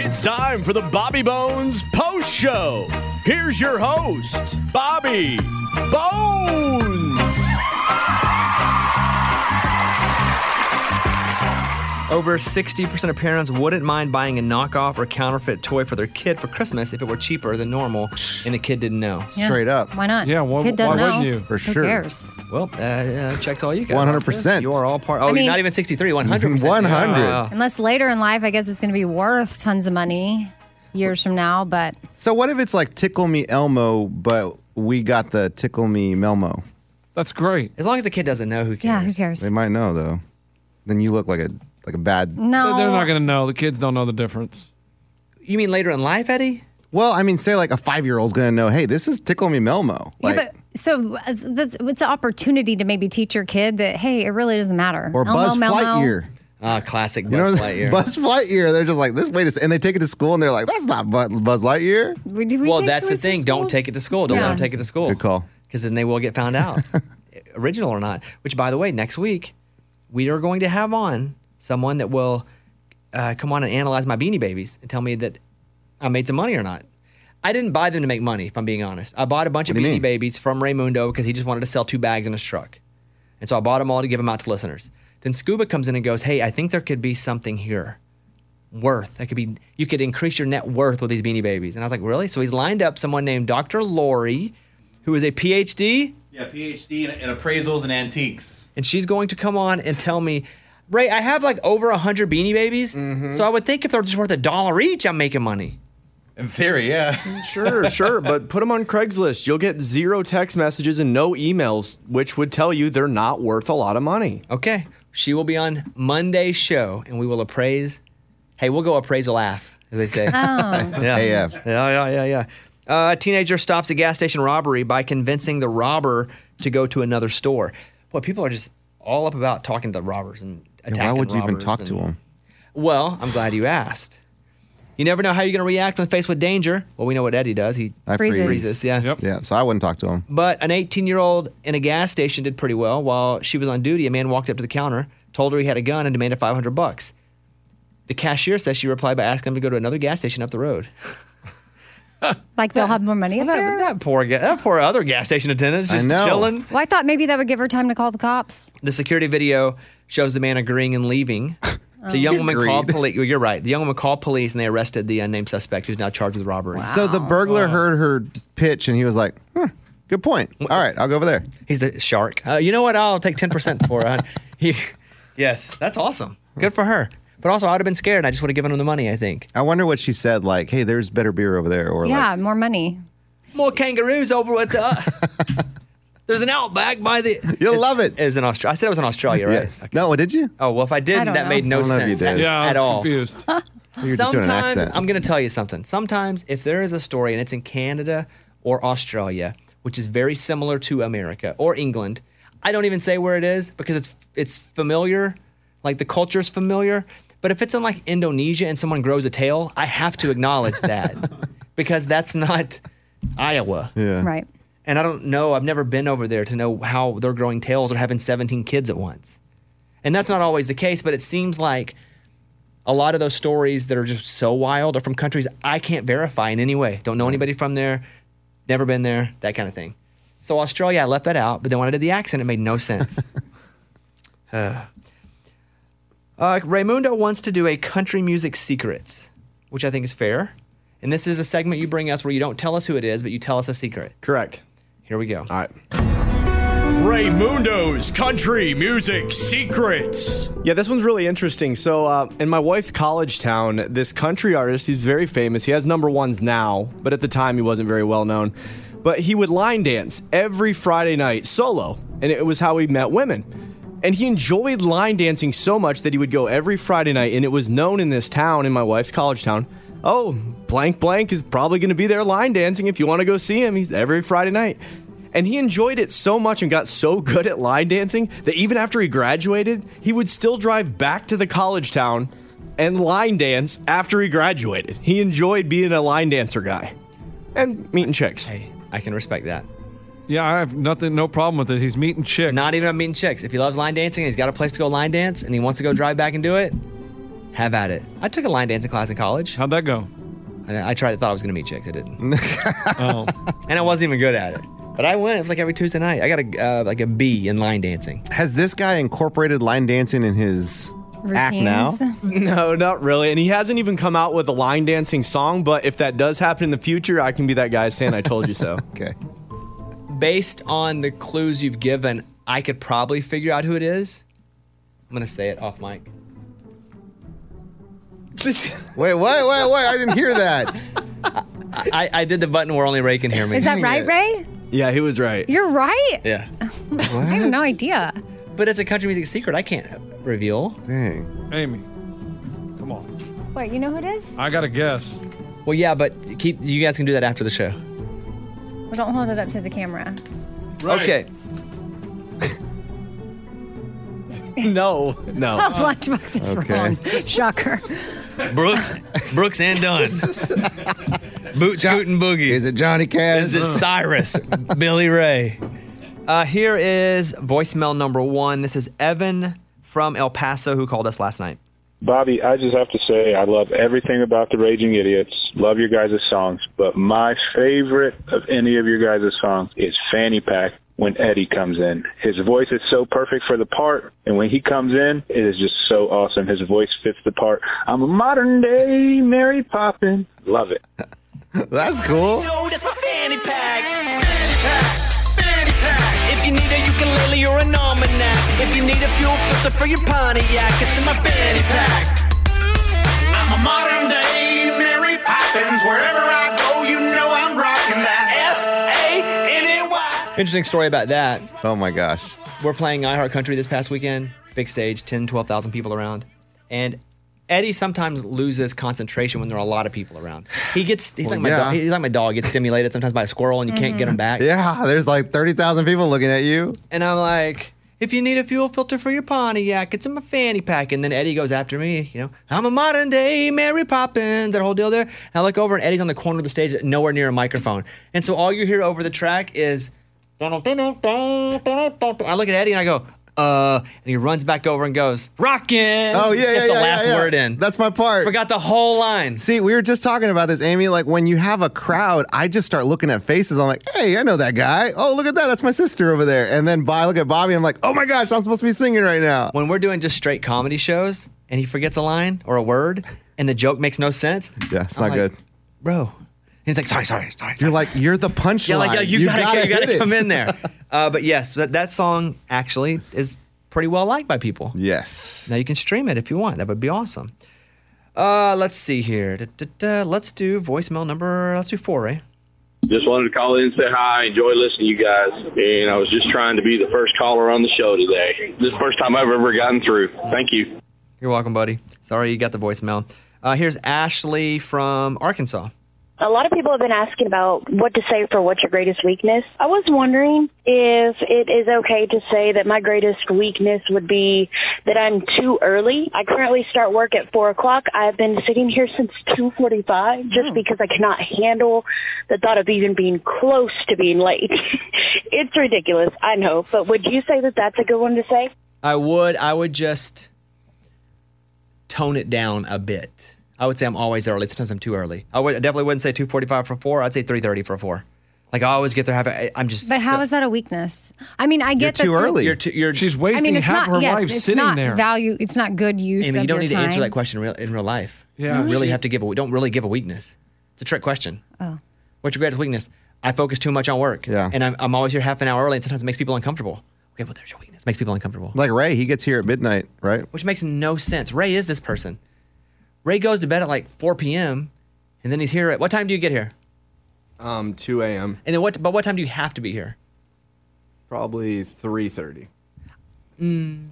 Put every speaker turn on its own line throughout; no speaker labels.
It's time for the Bobby Bones Post Show. Here's your host, Bobby Bones.
Over 60% of parents wouldn't mind buying a knockoff or counterfeit toy for their kid for Christmas if it were cheaper than normal and the kid didn't know.
Yeah.
Straight up.
Why not?
Yeah, why-
Kid doesn't
why wouldn't
know.
you?
For
Who
sure.
Cares?
Well, uh, uh, checked all you guys.
100%.
You are all part. Oh,
mean-
you're not even 63, 100%.
100.
Wow.
Unless later in life, I guess it's going to be worth tons of money years from now. But
So what if it's like Tickle Me Elmo, but we got the Tickle Me Melmo?
That's great.
As long as the kid doesn't know, who cares?
yeah, who cares?
They might know though. Then you look like a like a bad.
No,
They're not going to know. The kids don't know the difference.
You mean later in life, Eddie?
Well, I mean, say like a five year old's gonna know. Hey, this is Tickle Me Melmo.
Yeah,
Like,
but so as- that's, it's an opportunity to maybe teach your kid that hey, it really doesn't matter.
or
Elmo,
Buzz
Melmo.
Lightyear.
Ah, classic
You know,
Buzz Lightyear.
Buzz Lightyear. They're just like this. Wait a second. And they take it to school and they're like, that's not Bu- Buzz Lightyear.
We- did we
well,
take
that's the
toys to
thing.
school?
Don't take it to school. Don't let
Yeah.
them take it to school.
Good call.
Because then they will get found out, original or not. Which, by the way, next week we are going to have on someone that will uh, come on and analyze my beanie babies and tell me that I made some money or not. I didn't buy them to make money, if I'm being honest. I bought a bunch
do
of
you
beanie
mean?
babies from Raymundo because he just wanted to sell two bags in his truck. And so I bought them all to give them out to listeners. Then Scuba comes in and goes, Hey, I think there could be something here worth. That could be you could increase your net worth with these beanie babies. And I was like, really? So he's lined up someone named Dr. Lori, who is a PhD,
Yeah, PhD in, in appraisals and antiques.
and she's going to come on and tell me, Ray, I have like over a hundred beanie babies.
Mm-hmm.
So I would think if they're just worth a dollar each, I'm making money.
In theory, yeah.
Sure, sure, but put them on Craigslist. You'll get zero text messages and no emails, which would tell you they're not worth a lot of money.
Okay. She will be on Monday's show and we will appraise. Hey, we'll go appraisal laugh, as they say.
Oh,
Yeah.
AF.
Yeah, yeah, yeah, yeah. Uh, teenager stops a gas station robbery by convincing the robber to go to another store. Boy, people are just all up about talking to robbers and attacking
Why would you even
robbers
talk to
and-
him?
Well, I'm glad you asked. You never know how you're going to react when faced with danger. Well, we know what Eddie does. He
I
Freezes.
freezes. Yeah.
Yep.
Yeah, so I wouldn't talk to him.
But an 18 year old in a gas station did pretty well. While she was on duty, a man walked up to the counter, told her he had a gun, and demanded 500 bucks. The cashier says she replied by asking him to go to another gas station up the road.
like they'll have more money up
That,
there.
that poor ga- that poor other gas station attendant is
I
just
know.
chilling.
Well, I thought maybe that would give her time to call the cops.
The security video shows the man agreeing and leaving. The young woman called police. You're right. The young woman called police and they arrested the unnamed suspect who's now charged with robbery.
So the burglar heard her pitch and he was like, hmm, good point. All right, I'll go over there.
He's the shark. Uh, you know what? I'll take 10% for it. He, yes, that's awesome. Good for her. But also, I would have been scared. I just would have given him the money, I think.
I wonder what she said, like, hey, there's better beer over there. Or
yeah,
like,
more money.
More kangaroos over at the. uh, there's an outback by the.
You'll love it.
It was in Australia. I said it was in Australia, right?
Yes. No, did you?
Oh, well, if I
I
didn't,
don't
that
know.
made no
I don't know if you
sense
did.
at,
Yeah, I
at
was
all.
confused.
You're just doing an accent.
I'm going to tell you something. Sometimes, if there is a story and it's in Canada or Australia, which is very similar to America or England, I don't even say where it is because it's it's familiar, like the culture is familiar. But if it's in like Indonesia and someone grows a tail, I have to acknowledge that because that's not Iowa.
yeah.
Right.
And I don't know. I've never been over there to know how they're growing tails or having 17 kids at once. And that's not always the case, but it seems like a lot of those stories that are just so wild are from countries I can't verify in any way. Don't know anybody from there, never been there, that kind of thing. So Australia, I left that out, but then when I did the accent, it made no sense. Uh, Raymundo wants to do a country music secrets, which I think is fair. And this is a segment you bring us where you don't tell us who it is, but you tell us a secret.
Correct.
Here we go.
All right. Raymundo's Country Music Secrets. Yeah, this one's really interesting. So, uh, in my wife's college town, this country artist, he's very famous. He has number ones now, but at the time he wasn't very well known. But he would line dance every Friday night solo, and it was how he met women. And he enjoyed line dancing so much that he would go every Friday night, and it was known in this town, in my wife's college town. Oh, blank blank is probably going to be there line dancing. If you want to go see him, he's every Friday night. And he enjoyed it so much and got so good at line dancing that even after he graduated, he would still drive back to the college town and line dance after he graduated. He enjoyed being a line dancer guy and meeting chicks.
Hey, I can respect that.
Yeah, I have nothing, no problem with it. He's meeting chicks.
Not even I'm meeting chicks. If he loves line dancing and he's got a place to go line dance and he wants to go drive back and do it, Have at it. I took a line dancing class in college.
How'd that go?
I, I tried. Thought I was going to meet chicks. I didn't.
Oh,
and I wasn't even good at it. But I went. It was like every Tuesday night. I got a uh, like a B in line dancing.
Has this guy incorporated line dancing in his act now?
No, not really. And he hasn't even come out with a line dancing song, but if that does happen in the future, I can be that guy saying I told you so.
okay.
Based on the clues you've given, I could probably figure out who it is. I'm going to say it off mic.
Wait, wait, wait, wait! I didn't hear that.
I, I did the button where only Ray can hear me.
Is that right, Ray?
Yeah, he was right.
You're right.
Yeah.
I have no idea.
But it's a country music secret I can't reveal.
Dang.
Amy, come on.
Wait, you know who it
Uh,
is?
I got to guess.
Well, yeah, but keep you guys can do that after the show.
Well, don't hold it up to the camera.
Right.
Okay.
No, no.
Oh, Lunchbox is
okay.
wrong. Shocker.
Brooks, Brooks and Dunn. Boots, Hoot, and Boogie.
Is it Johnny Cash?
Is it Cyrus? Billy Ray. Uh, here is voicemail number one. This is Evan from El Paso who called us last night.
Bobby, I just have to say I love everything about the Raging Idiots. Love your guys' songs, but my favorite of any of your guys' songs is Fanny Pack when Eddie comes in. His voice is so perfect for the part, and when he comes in, it is just so awesome. His voice fits the part. I'm a modern day Mary Poppin. Love it.
That's cool.
Oh, that's my fanny pack. Fanny pack. Fanny pack. If you need a ukulele or an almanac, if you need a fuel filter for your Pontiac, it's in my fanny pack.
I'm a modern day Mary Poppins. Wherever I go, you know I'm rocking that.
F A N N Y.
Interesting story about that.
Oh my gosh.
We're playing I Heart Country this past weekend. Big stage, 10, 12,000 people around. And Eddie sometimes loses concentration when there are a lot of people around. He gets, he's,
Well,
like, my
yeah. Mm-hmm.
dog, he's like my dog, gets stimulated sometimes by a squirrel and you can't get him back.
Yeah, there's like thirty thousand people looking at you.
And I'm like, if you need a fuel filter for your Pontiac, it's in my fanny pack. And then Eddie goes after me, you know, I'm a modern day Mary Poppins, that whole deal there. And I look over and Eddie's on the corner of the stage, nowhere near a microphone. And so all you hear over the track is, I look at Eddie and I go, uh, and he runs back over and goes, rockin'.
Oh yeah, yeah,
That's
yeah.
the last
yeah, yeah.
word in.
That's my part.
Forgot the whole line.
See, we were just talking about this, Amy. Like when you have a crowd, I just start looking at faces. I'm like, hey, I know that guy. Oh, look at that. That's my sister over there. And then by I look at Bobby. I'm like, oh my gosh, I'm supposed to be singing right now.
when we're doing just straight comedy shows and he forgets a line or a word and the joke makes no sense.
Yeah, it's
I'm
not
like,
good.
Bro. And he's like, sorry, sorry, sorry.
You're like, you're the punchline.
yeah, like, yeah, you, gotta, you
hit
gotta
it.
come in there. Uh, but yes, that, that song actually is pretty well liked by people.
Yes.
Now you can stream it if you want. That would be awesome. Uh, let's see here. Da, da, da. Let's do voicemail number. Let's do four, eh? right?
Just wanted to call in and say hi. Enjoy listening to you guys. And I was just trying to be the first caller on the show today. This is the first time I've ever gotten through. Thank you.
You're welcome, buddy. Sorry you got the voicemail. Uh, here's Ashley from Arkansas.
A lot of people have been asking about what to say for what's your greatest weakness. I was wondering if it is okay to say that my greatest weakness would be that I'm too early. I currently start work at four o'clock. I've been sitting here since two forty-five
Hmm.
just because I cannot handle the thought of even being close to being late. it's ridiculous, I know, but would you say that that's a good one to say?
I would. I would just tone it down a bit. I would say I'm always early. Sometimes I'm too early. I would I definitely wouldn't say 2:45 for four. I'd say 3:30 for four. Like I always get there. Half. I- I'm just.
But how is that a weakness? I mean, I get that
too
the-
early.
You're too, you're.
She's
I
wasting
mean, it's
half
not.
her
Yes,
life
it's
sitting
not
there.
value. It's not good use
Amy,
of
you don't
your
need to
time.
answer that question in real, in real life.
Yeah.
You really
Mhm.
have to give. A, we don't really give a weakness. It's a trick question. Oh. What's your greatest weakness? I focus too much on work.
Yeah.
And I'm, I'm always here half an hour early, and sometimes it makes people uncomfortable. Okay, well, there's your weakness. Makes people uncomfortable.
Like Ray, he gets here at midnight, right?
which makes no sense. Ray is this person. Ray goes to bed at like 4 p.m. and then he's here at what time do you get here?
Um, 2 a.m.
And then what? But what time do you have to be here?
Probably 3:30.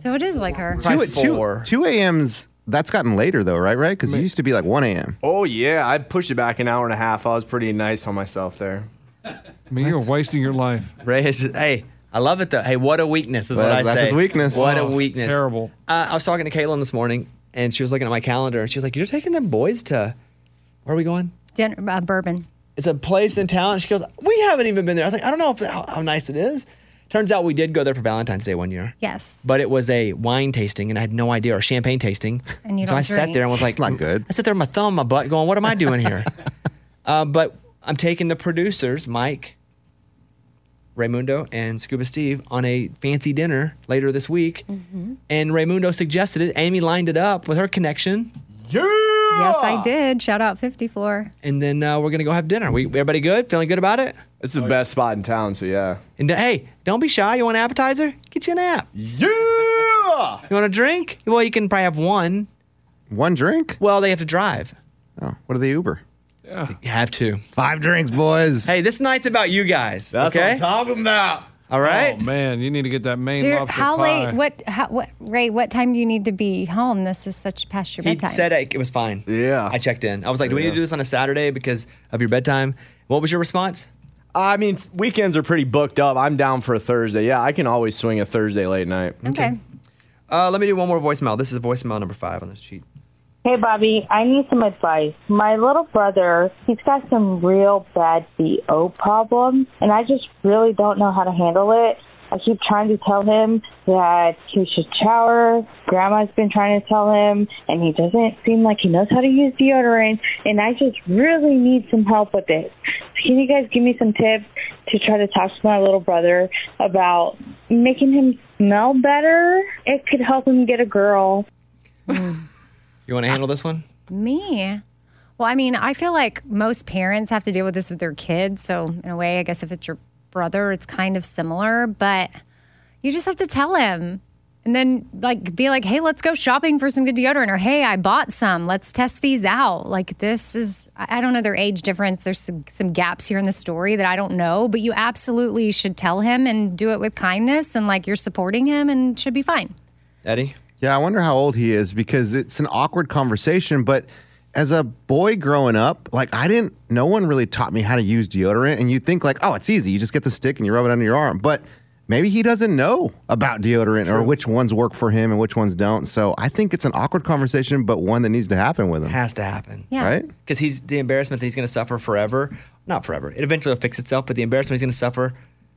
So it is like her.
Probably
two,
four.
two a.m.'s. That's gotten later though, right? Right? Because it used to be like one a.m.
Oh yeah, I pushed it back an hour and a half. I was pretty nice on myself there.
I mean, you're wasting your life.
Ray is just, hey, I love it though. Hey, what a weakness is
Well,
what I
that's
say.
his weakness.
What a
Oh,
weakness.
terrible.
Uh, I was talking to Caitlin this morning and she was looking at my calendar and she was like, "You're taking the boys to where are we going?
Dinner, uh, bourbon.
It's a place in town." And she goes, "We haven't even been there." I was like, "I don't know if, how, how nice it is." Turns out we did go there for Valentine's Day one year.
Yes.
But it was a wine tasting, and I had no idea, or champagne tasting.
And you
so
don't
I sat
drink.
there and was like,
It's not
good." I sat there with my thumb in my butt, going, "What am I doing here?" uh, but I'm taking the producers, Mike, Raymundo, and Scuba Steve, on a fancy dinner later this week, and Raymundo suggested it. Amy lined it up with her connection,
Yes, I did. Shout out 50 Floor.
and then uh, we're gonna go have dinner. We everybody good? Feeling good about it?
It's the best spot in town, so yeah.
And uh, hey, don't be shy. You want an appetizer? Get you an app.
Yeah.
You want a drink? Well, you can probably have one.
One drink?
Well, they have to drive.
Oh, what are they Uber?
Yeah.
You have to.
Five drinks, boys.
Hey, this night's about you guys.
That's what
okay?
I'm
talking about.
All right.
Oh man, you need to get that main
So you're-
lobster
how
pie.
late? What, how, what? Ray, what time do you need to be home? This is such past your
He
bedtime.
said it, it was fine. Yeah. I checked in. I was like, do we need
Yeah.
to do this on a Saturday because of your bedtime? What was your response?
I mean, s- weekends are pretty booked up. I'm down for a Thursday. Yeah, I can always swing a Thursday late night.
Okay.
Uh, let me do one more voicemail. This is voicemail number five on this sheet.
Hey, Bobby, I need some advice. My little brother, he's got some real bad BO problems, and I just really don't know how to handle it. I keep trying to tell him that he should shower. Grandma's been trying to tell him, and he doesn't seem like he knows how to use deodorant, and I just really need some help with it. Can you guys give me some tips to try to talk to my little brother about making him smell better? It could help him get a girl.
You want to handle this one?
Me? Well, I mean, I feel like most parents have to deal with this with their kids. So, in a way, I guess if it's your brother, it's kind of similar, but you just have to tell him. And then, like, be like, hey, let's go shopping for some good deodorant, or hey, I bought some. Let's test these out. Like, this is, I I don't know their age difference. There's some, some gaps here in the story that I don't know, but you absolutely should tell him and do it with kindness and like you're supporting him and should be fine.
Eddie?
Yeah, I wonder how old he is because it's an awkward conversation. But as a boy growing up, like I didn't, no one really taught me how to use deodorant. And you think, like, oh, it's easy. You just get the stick and you rub it under your arm. But maybe he doesn't know about deodorant or which ones work for him and which ones don't. So I think it's an awkward conversation, but one that needs to happen with him.
Has to happen.
Yeah.
Right?
Because he's the embarrassment that he's going to suffer forever. Not forever. It eventually will fix itself, but the embarrassment he's going to suffer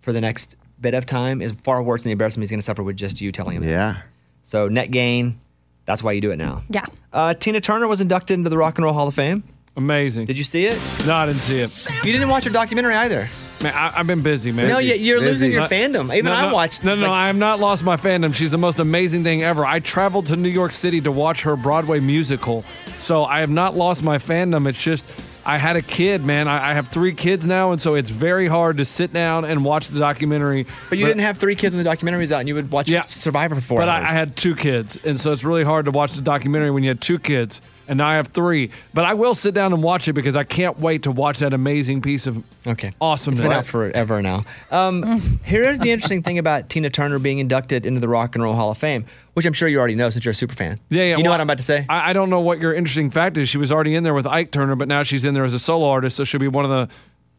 for the next bit of time is far worse than the embarrassment he's going to suffer with just you telling him.
Yeah.
So net gain. That's why you do it now.
Yeah.
Uh, Tina Turner was inducted into the Rock and Roll Hall of Fame.
Amazing.
Did you see it?
No, I didn't see it.
You didn't watch her documentary either.
Man, I, I've been busy, man.
No, you- you're losing your fandom. Even
no,
I
no,
watched,
No, no,
like-
I have not lost my fandom. She's the most amazing thing ever. I traveled to New York City to watch her Broadway musical, so I have not lost my fandom. It's just I had a kid, man. I, I have three kids now, and so it's very hard to sit down and watch the documentary.
But you didn't have three kids when the documentary was out, and you would watch Survivor for four
But I,
hours.
I had two kids, and so it's really hard to watch the documentary when you had two kids, and now I have three. But I will sit down and watch it because I can't wait to watch that amazing piece of
okay
awesomeness.
It's been out forever now. Um, here's the interesting thing about Tina Turner being inducted into the Rock and Roll Hall of Fame, which I'm sure you already know since you're a super fan.
Yeah, yeah.
You know
well,
what I'm about to say?
I, I don't know what your interesting fact is. She was already in there with Ike Turner, but now she's in there as a solo artist, so she'll be one of the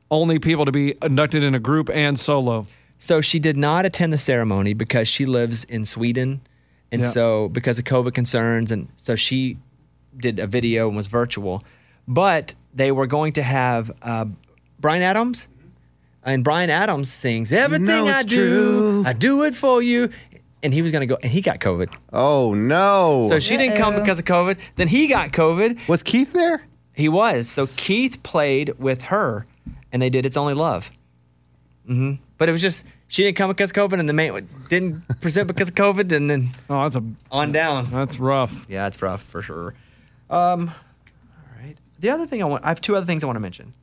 only people to be inducted in a group and solo.
So she did not attend the ceremony because she lives in Sweden. And
Yeah.
so because of COVID concerns and so she did a video and was virtual. But they were going to have uh, Brian Adams and Brian Adams sings everything
know it's
I do,
true."
I do it for you. And he was going to go and he got COVID.
Oh, no.
So she didn't come
Uh-oh.
because of COVID. Then he got COVID.
Was Keith there?
He was. So Keith played with her, and they did "It's Only Love." hmm But it was just she didn't come because of COVID, and the man didn't present because of COVID, and then
oh, that's a
on down.
That's rough.
Yeah, it's rough for sure. Um, all right. The other thing I want, I have two other things I want to mention.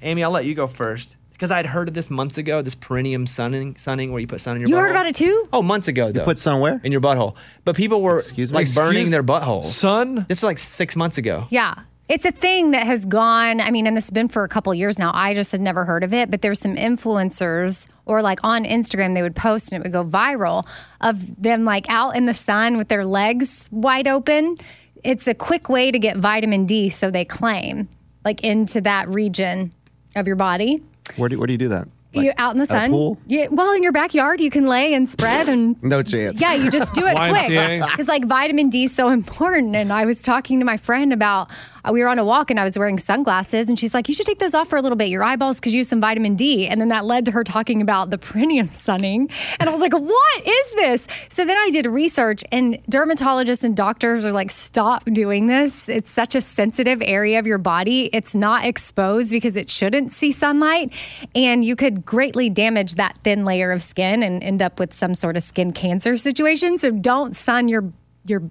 Amy, I'll let you go first because I'd heard of this months ago. This perennium sunning, sunning where you put sun in your.
You
butthole.
heard about it too?
Oh, months ago though.
put sun where?
In your butthole. But people were like
Excuse-
burning their butthole.
Sun.
This is like six months ago.
Yeah. It's a thing that has gone, I mean, and this has been for a couple years now. I just had never heard of it, but there's some influencers or like on Instagram, they would post and it would go viral of them like out in the sun with their legs wide open. It's a quick way to get vitamin D, so they claim, like into that region of your body.
Where do, where do you do that?
you out in the
at a
sun.
pool?
You, well, in your backyard, you can lay and spread and
No chance.
yeah, you just do it quick.
YMCA.
Because like vitamin D is so important. And I was talking to my friend about uh, we were on a walk and I was wearing sunglasses, and she's like, "You should take those off for a little bit. Your eyeballs could use some vitamin D." And then that led to her talking about the perineum sunning, and I was like, "What is this?" So then I did research, and dermatologists and doctors are like, "Stop doing this. It's such a sensitive area of your body. It's not exposed because it shouldn't see sunlight, and you could greatly damage that thin layer of skin and end up with some sort of skin cancer situation. So don't sun your your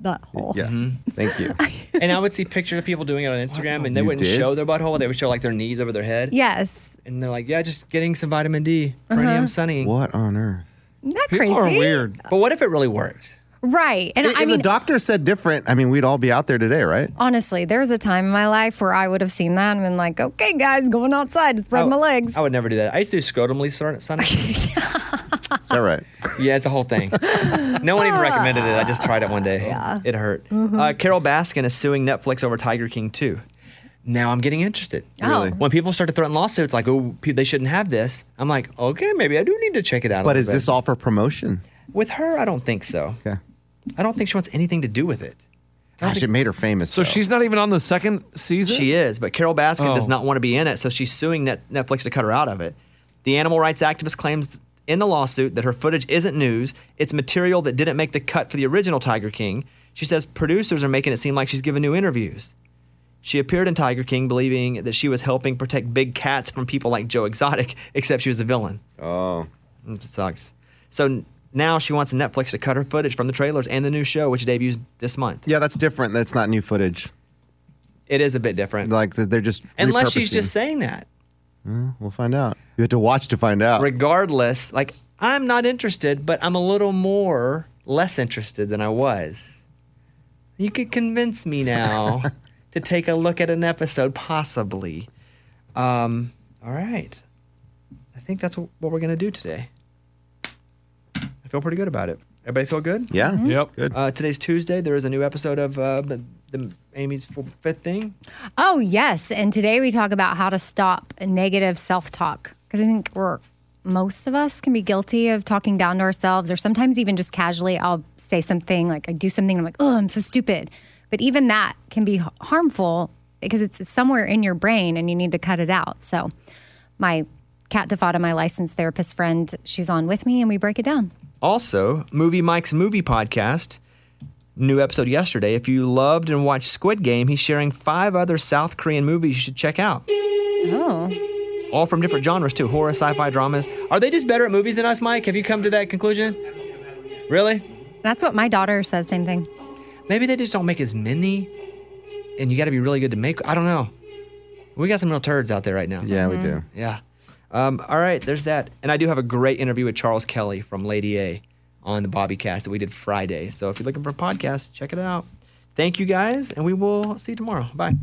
butthole."
Yeah. Thank you.
and I would see pictures of people doing it on Instagram, and they
You
wouldn't
did?
show their butthole; they would show like their knees over their head.
Yes.
and they're like, "Yeah, just getting some vitamin D, perineum
Uh-huh.
sunning."
What on earth?
Isn't that crazy?
But what if it really works?
Right. And
if
I mean,
the doctor said different, I mean, we'd all be out there today, right?
honestly, there was a time in my life where I would have seen that and been like, okay, guys, going outside to
Oh,
spread my legs.
I would never do that. I used to do scrotumly sun- sunning. Is
that right?
Yeah, it's a whole thing. No one even recommended it. I just tried it one day. It hurt.
Mhm.
Uh, Carol Baskin is suing Netflix over Tiger King 2. Now I'm getting interested.
Oh. Really?
When people start to threaten lawsuits, like, oh, pe- they shouldn't have this, I'm like, okay, maybe I do need to check it out.
But is this all for promotion?
With her, I don't think so.
Okay.
I don't think she wants anything to do with it.
Gosh, it made her famous.
So
she's not even on the second season?
She is, but Carol Baskin
Oh.
does not want to be in it, so she's suing Net- Netflix to cut her out of it. The animal rights activist claims in the lawsuit that her footage isn't news, it's material that didn't make the cut for the original Tiger King. She says producers are making it seem like she's giving new interviews. She appeared in Tiger King believing that she was helping protect big cats from people like Joe Exotic, except she was a villain.
Oh.
It sucks. So n- now she wants Netflix to cut her footage from the trailers and the new show, which debuts this month.
Yeah, that's different. That's not new footage.
It is a bit different.
Like th- they're just
Unless she's
repurposing.
just saying that.
Mm, we'll find out. You have to watch to find out.
regardless, like I'm not interested, but I'm a little more less interested than I was. You could convince me now to take a look at an episode, possibly. Um, all right. I think that's wh- what we're going to do today. I feel pretty good about it. Everybody feel good?
Yeah. Mhm.
Yep.
Good.
Uh, today's Tuesday. There is a new episode of uh, the, the Amy's Full Fifth Thing.
oh, yes. And today we talk about how to stop negative self talk because I think we're. Most of us can be guilty of talking down to ourselves, or sometimes even just casually, I'll say something like I do something, and I'm like, oh, I'm so stupid. But even that can be h- harmful because it's somewhere in your brain and you need to cut it out. So, my Kat Defada, my licensed therapist friend, she's on with me and we break it down.
Also, Movie Mike's Movie Podcast. New episode yesterday. If you loved and watched Squid Game, he's sharing five other South Korean movies you should check out.
Oh.
All from different genres, too horror, sci fi, dramas. Are they just better at movies than us, Mike? Have you come to that conclusion? Really?
That's what my daughter says, same thing.
Maybe they just don't make as many, and you got to be really good to make. I don't know. We got some real turds out there right now.
Yeah, we Mhm. do.
Yeah. Um, all right, there's that. And I do have a great interview with Charles Kelly from Lady A on the Bobbycast that we did Friday. So if you're looking for a podcast, check it out. Thank you guys, and we will see you tomorrow. Bye.